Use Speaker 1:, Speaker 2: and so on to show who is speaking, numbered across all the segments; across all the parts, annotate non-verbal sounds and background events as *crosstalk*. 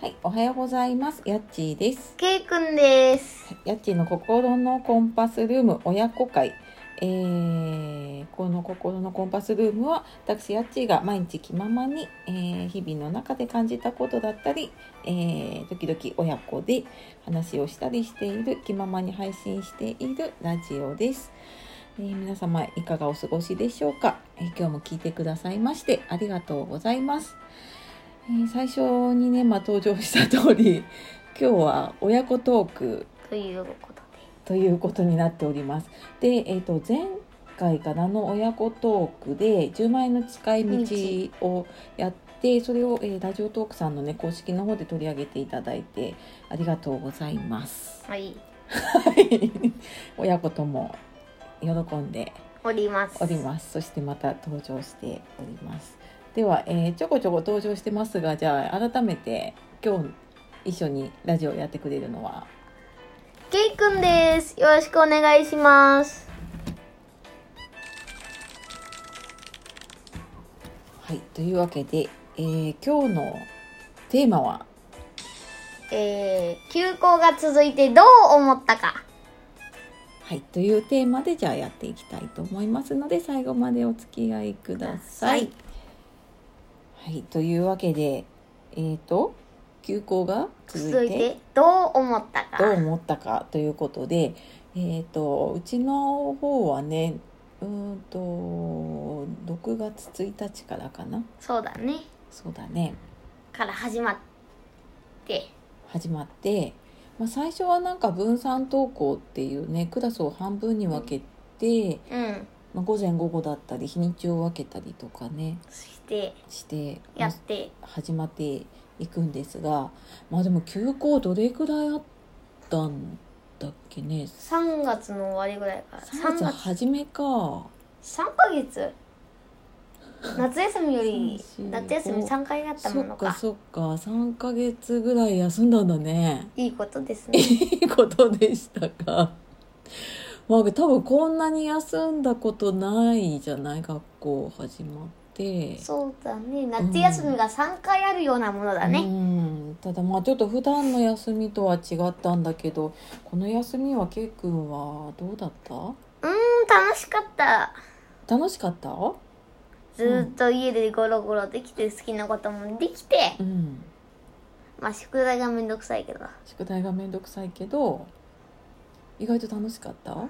Speaker 1: はい、おはようございます。やっちーです。
Speaker 2: ケイくんです。
Speaker 1: やっちーの心のコンパスルーム親子会。えーこの心のコンパスルームは私やっちーが毎日気ままに、えー日々の中で感じたことだったり、えー時々親子で話をしたりしている気ままに配信しているラジオです、えー皆様いかがお過ごしでしょうか、えー今日も聞いてくださいましてありがとうございます、えー最初にね、まあ、登場した通り今日は親子トーク
Speaker 2: ということで。
Speaker 1: ということになっております。で、えー、と前回かなの親子トークで10万円の使い道をやってそれを、えーラジオトークさんの、ね、公式の方で取り上げていただいてありがとうございます。
Speaker 2: はい。
Speaker 1: はい *laughs* 親子とも喜んで
Speaker 2: おります。
Speaker 1: おります。そしてまた登場しております。では、えーちょこちょこ登場してますがじゃあ改めて今日一緒にラジオやってくれるのは
Speaker 2: ケイくんです。よろしくお願いします。
Speaker 1: はい、というわけで、えー今日のテーマは
Speaker 2: えー、休校が続いてどう思ったか。
Speaker 1: はいというテーマでじゃあやっていきたいと思いますので最後までお付き合いください。はい、というわけでえー、と休校が続
Speaker 2: 続
Speaker 1: い
Speaker 2: い
Speaker 1: て
Speaker 2: てどう思った
Speaker 1: どう
Speaker 2: か。
Speaker 1: 思ったかということで、えー、とうちの方はねうーんと6月1日からかな
Speaker 2: そうだね。
Speaker 1: そうだね
Speaker 2: から始まって。
Speaker 1: 始まって、まあ、最初はなんか分散登校っていうねクラスを半分に分けて、
Speaker 2: うん。
Speaker 1: まあ、午前午後だったり日にちを分けたりとかね
Speaker 2: そして、
Speaker 1: して、ま
Speaker 2: や
Speaker 1: あ
Speaker 2: って。
Speaker 1: 始まっていくんですがまあでも休校どれくらいあったんだっけね
Speaker 2: 3月の終わりぐらいから。
Speaker 1: 3月初めか
Speaker 2: 3ヶ月夏休みより
Speaker 1: 3 4
Speaker 2: 夏休み3回あった
Speaker 1: そ
Speaker 2: も
Speaker 1: っ
Speaker 2: の
Speaker 1: か
Speaker 2: か
Speaker 1: そっか3ヶ月ぐらい休んだんだね。
Speaker 2: いいことですね
Speaker 1: いいことでしたか。まあ、多分こんなに休んだことないじゃない学校始まって。
Speaker 2: そうだね夏休みが3回あるようなものだね、
Speaker 1: ん、ただまあちょっと普段の休みとは違ったんだけどこの休みはケイ君はどうだった
Speaker 2: うん、楽しかった
Speaker 1: 楽しかったう
Speaker 2: ずーっと家でゴロゴロできて好きなこともできて、
Speaker 1: ん
Speaker 2: まあ宿題がめんどくさいけど
Speaker 1: 宿題がめんどくさいけど意外と楽しかった
Speaker 2: うん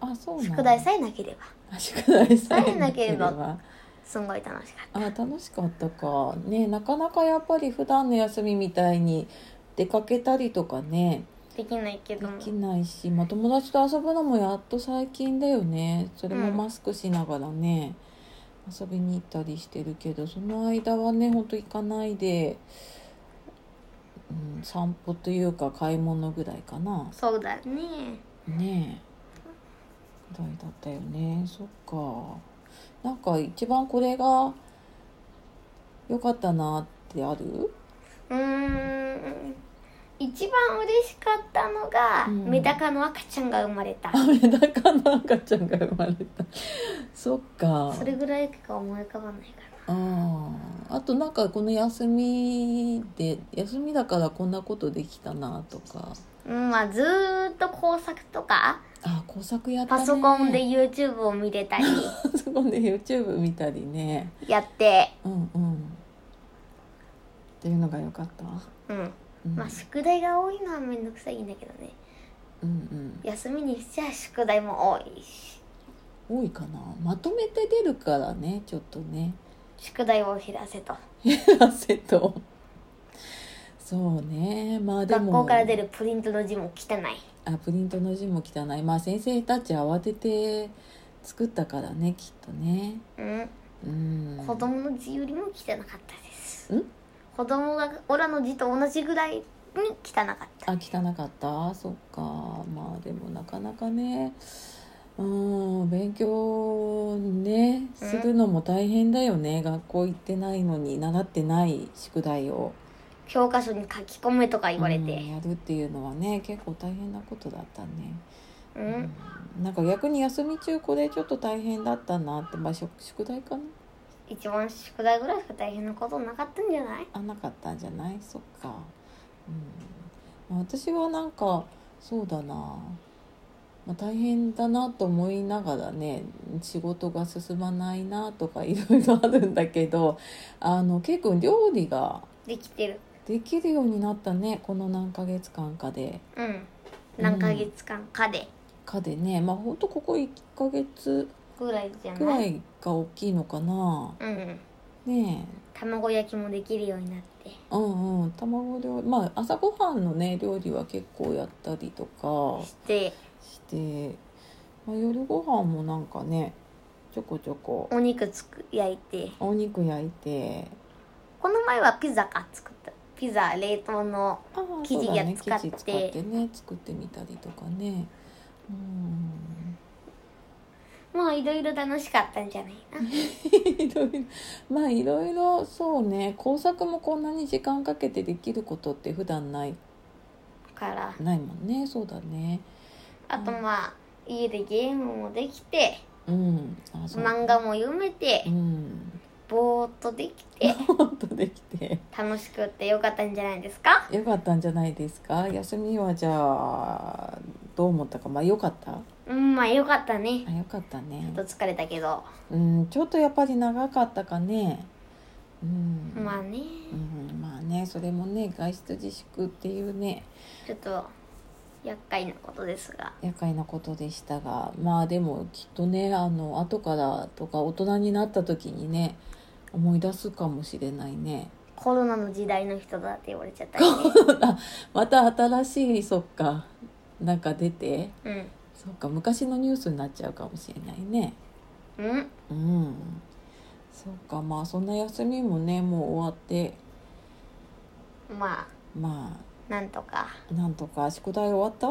Speaker 1: あそうなんだ
Speaker 2: 宿題さえなければ
Speaker 1: あ宿題さえなけれ
Speaker 2: さえなけれ
Speaker 1: ば
Speaker 2: すんごい楽しかっ
Speaker 1: あ楽しかったかねなかなかやっぱり普段の休みみたいに出かけたりとかね
Speaker 2: たできないけ
Speaker 1: で
Speaker 2: ども
Speaker 1: きないし、まあ、友達と遊ぶのもやっと最近だよねそれも
Speaker 2: うん
Speaker 1: マスクしながらね、遊びに行ったりしてるけどその間はねほんと行かないで、うん、散歩というか買い物ぐらいかな
Speaker 2: そうだね
Speaker 1: ねえぐらいだったよねそっかなんか一番これが良かったなってある *laughs*
Speaker 2: うーん一番嬉しかったのが、
Speaker 1: うん
Speaker 2: メダカの赤ちゃんが生まれた
Speaker 1: あメダカの赤ちゃんが生まれたそっか
Speaker 2: それぐらいしか思い浮かばないか
Speaker 1: あああとなんかこの休みで休みだからこんなことできたなとから
Speaker 2: うんまあずーっと工作とか
Speaker 1: あ工作やった、ね、
Speaker 2: パソコンで YouTube を見れたり
Speaker 1: パソコンで YouTube 見たりね
Speaker 2: やって
Speaker 1: うんうんっていうのが良かった、
Speaker 2: うん
Speaker 1: うん、
Speaker 2: まあ宿題が多いのはめんどくさいんだけどね
Speaker 1: うん
Speaker 2: 休みにしちゃ宿題も多いし
Speaker 1: うん多いかなまとめて出るからねちょっとね *laughs*
Speaker 2: 宿題を減らせと
Speaker 1: 汗とそうねまあで
Speaker 2: 学
Speaker 1: も
Speaker 2: 校から出るプリントの字も汚い
Speaker 1: あプリントの字も汚いまあ先生たち慌てて作ったからねきっとね
Speaker 2: うん
Speaker 1: うん
Speaker 2: 子供の字よりも汚かったです
Speaker 1: ん
Speaker 2: 子供がオラの字と同じぐらいに汚かった
Speaker 1: あ汚かったそっかまあでもなかなかねうん勉強ねするのも大変だよね、学校行ってないのに習ってない宿題を
Speaker 2: 教科書に書き込めとか言われ
Speaker 1: うん
Speaker 2: て
Speaker 1: やるっていうのはね結構大変なことだったね、
Speaker 2: うん、
Speaker 1: うんなんか逆に休み中これちょっと大変だったなってまあ宿宿題かな
Speaker 2: 一番宿題ぐらいしか大変なことなかったんじゃない
Speaker 1: あなかったんじゃないそっか、うん、私はなんかそうだな、まあ、大変だなと思いながらね仕事が進まないなとかいろいろあるんだけどあの結構料理が
Speaker 2: できてる
Speaker 1: できるようになったねこの何ヶ月間かで。
Speaker 2: うん何ヶ月間かで
Speaker 1: かでねまあほんとここ1ヶ月
Speaker 2: ぐらいじゃ
Speaker 1: く
Speaker 2: な
Speaker 1: ら
Speaker 2: い
Speaker 1: いが大きいのかな
Speaker 2: うん
Speaker 1: ねえ
Speaker 2: 卵焼きもできるようになって
Speaker 1: うんうん卵料理まあ朝ごはんのね料理は結構やったりとか
Speaker 2: して
Speaker 1: して、まあ、夜ご飯もなんかねちょこちょこ
Speaker 2: お肉つく焼いて
Speaker 1: お肉焼いて
Speaker 2: この前はピザか作ったピザ冷凍の
Speaker 1: あー
Speaker 2: 生地
Speaker 1: そうだね
Speaker 2: が使
Speaker 1: 生地
Speaker 2: って
Speaker 1: 使ってね作ってみたりとかねうん *laughs*
Speaker 2: まあいろいろ楽しかったんじゃないかない
Speaker 1: ろいろまあいろいろそうね工作もこんなに時間かけてできることって普段ない
Speaker 2: から
Speaker 1: ないもんねそうだね
Speaker 2: あとまあ家でゲームもできて
Speaker 1: うんあそう
Speaker 2: 漫画も読めて
Speaker 1: うん *laughs*
Speaker 2: ぼーっとできて
Speaker 1: ほんとできて
Speaker 2: 楽しくってよかったんじゃないですか
Speaker 1: よかったんじゃないですか休みはじゃあどう思ったかまあよかった
Speaker 2: うんまあよかったね
Speaker 1: あよかったね
Speaker 2: ちょっと疲れたけど
Speaker 1: うんちょっとやっぱり長かったかねうん
Speaker 2: まあね
Speaker 1: うん、まあねそれもね外出自粛っていうね
Speaker 2: ちょっと厄介なことですが
Speaker 1: 厄介なことでしたがまあでもきっとねあの後からとか大人になった時にね思い出すかもしれないね
Speaker 2: コロナの時代の人だって言われちゃった
Speaker 1: *laughs*
Speaker 2: りね
Speaker 1: また新しいそっかなんか出て
Speaker 2: うん
Speaker 1: そっか昔のニュースになっちゃうかもしれないね
Speaker 2: うん
Speaker 1: うんそっかまあそんな休みもねもう終わって
Speaker 2: まあ
Speaker 1: ま
Speaker 2: なんとか
Speaker 1: あなんとか宿題終わった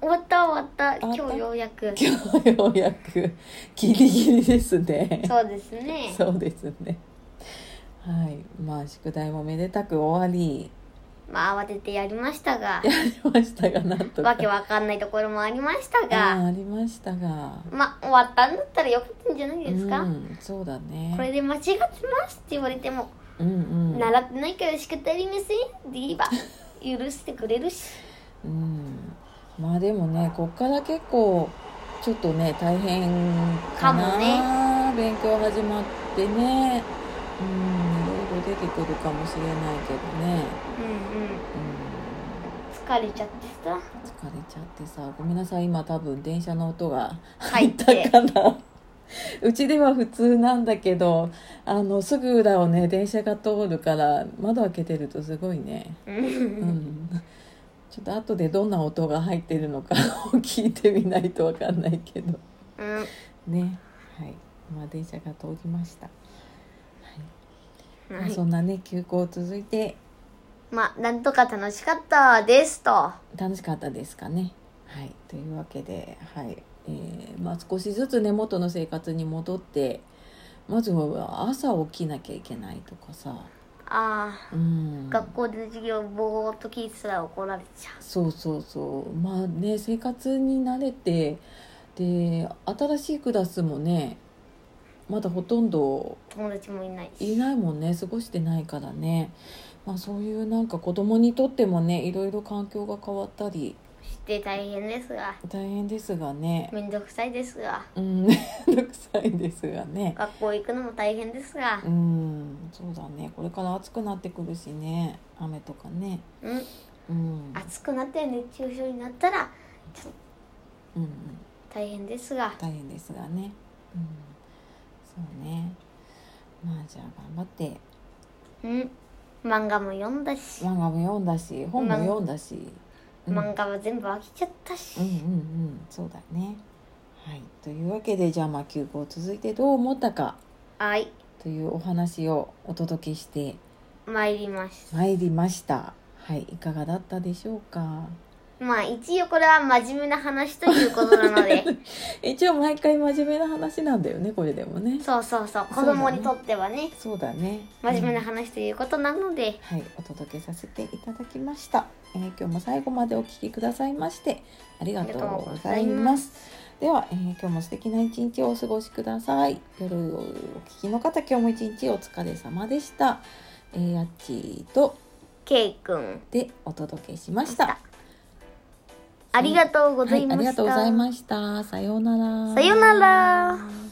Speaker 2: 終わった終わった
Speaker 1: 終わった
Speaker 2: 今日ようやく
Speaker 1: 今日ようやくギリギリですね
Speaker 2: そうですね
Speaker 1: *laughs* そうですね。はい、まあ宿題もめでたく終わり
Speaker 2: まあ慌ててやりましたが
Speaker 1: ましたがなんとか
Speaker 2: わけわかんないところもありました
Speaker 1: うん
Speaker 2: が
Speaker 1: ありましたが。
Speaker 2: まあ終わったんだったらよかったんじゃないですか、
Speaker 1: うん、そうだね。
Speaker 2: これで間違ってますって言われても、
Speaker 1: うんうん。
Speaker 2: 習ってないから仕方ありませんって言えば
Speaker 1: *laughs*
Speaker 2: 許してくれるし
Speaker 1: うん。まあでもね、こっから結構ちょっとね大変かな。
Speaker 2: かも
Speaker 1: 勉強始まってね。うん、いろいろ出てくるかもしれないけどね。
Speaker 2: うんうん
Speaker 1: うん。
Speaker 2: 疲れちゃってさ
Speaker 1: 疲れちゃってさごめんなさい今多分電車の音が
Speaker 2: 入
Speaker 1: 入
Speaker 2: っ
Speaker 1: ってたかなうちでは普通なんだけどあのすぐ裏をね電車が通るから窓開けてるとすごいね、
Speaker 2: う
Speaker 1: うんん、ちょっと後でどんな音が入ってるのか聞いてみないと分かんないけど
Speaker 2: うん
Speaker 1: ねはいまあ電車が通りました、ま
Speaker 2: は
Speaker 1: あ
Speaker 2: い
Speaker 1: そんなね休校続いて
Speaker 2: まあなんとか楽しかったですと
Speaker 1: 楽しかったですかね。はい、というわけで、はいえーまあ、少しずつね元の生活に戻ってまずは朝起きなきゃいけないとかさ、
Speaker 2: ああ
Speaker 1: うん、
Speaker 2: 学校で授業ぼーっと聞いてたら怒られちゃ
Speaker 1: そうそうそうまあね生活に慣れてで新しいクラスもねまだほとんど
Speaker 2: う友達もいないし
Speaker 1: いないもんね過ごしてないからね、まあ、そういうなんか子供にとってもねいろいろ環境が変わったり
Speaker 2: して大変ですが
Speaker 1: 大変ですがね
Speaker 2: めんどくさいですが
Speaker 1: うん、 *laughs* めんどくさいですがね。
Speaker 2: 学校行くのも大変ですが
Speaker 1: うん、そうだね。これから暑くなってくるしね、雨とかね。
Speaker 2: うん
Speaker 1: うん、
Speaker 2: 暑くなって熱中症になったらちょっ
Speaker 1: う
Speaker 2: と
Speaker 1: ん、うん、
Speaker 2: 大変ですが
Speaker 1: 大変ですがね。うん、そうね。まあじゃあ頑張って
Speaker 2: うん漫画も読んだし、
Speaker 1: 漫画も読んだし、本も読んだし。うん
Speaker 2: 漫画は全部飽きちゃったし、
Speaker 1: うんうんうん、そうだね。はい、というわけでじゃあまあ休校続いてどう思ったか
Speaker 2: はい
Speaker 1: というお話をお届けして
Speaker 2: 参りまし
Speaker 1: まいりました。はい、いかがだったでしょうか。
Speaker 2: たまあ一応これは真面目な話ということな
Speaker 1: *laughs*
Speaker 2: ので
Speaker 1: 一応毎回真面目な話なんだよねこれでもね
Speaker 2: そうそうそう
Speaker 1: そ
Speaker 2: 子
Speaker 1: うだね
Speaker 2: 供にとってはね
Speaker 1: そうだね
Speaker 2: 真面目な
Speaker 1: うん
Speaker 2: 話ということなので、
Speaker 1: はいお届けさせていただきました、えー今日も最後までお聞きくださいましてありがとうございます
Speaker 2: あ
Speaker 1: で
Speaker 2: りがとうございま
Speaker 1: では、えー今日も素敵な一日をお過ごしください。夜をお聞きの方、今日も一日お疲れ様でした。えー、やっちーと
Speaker 2: ケイ君
Speaker 1: でお届けしました。
Speaker 2: ありがとうご
Speaker 1: は
Speaker 2: ざい
Speaker 1: い、
Speaker 2: ま
Speaker 1: あ
Speaker 2: した、
Speaker 1: りがとうございました。さようなら。
Speaker 2: さようなら。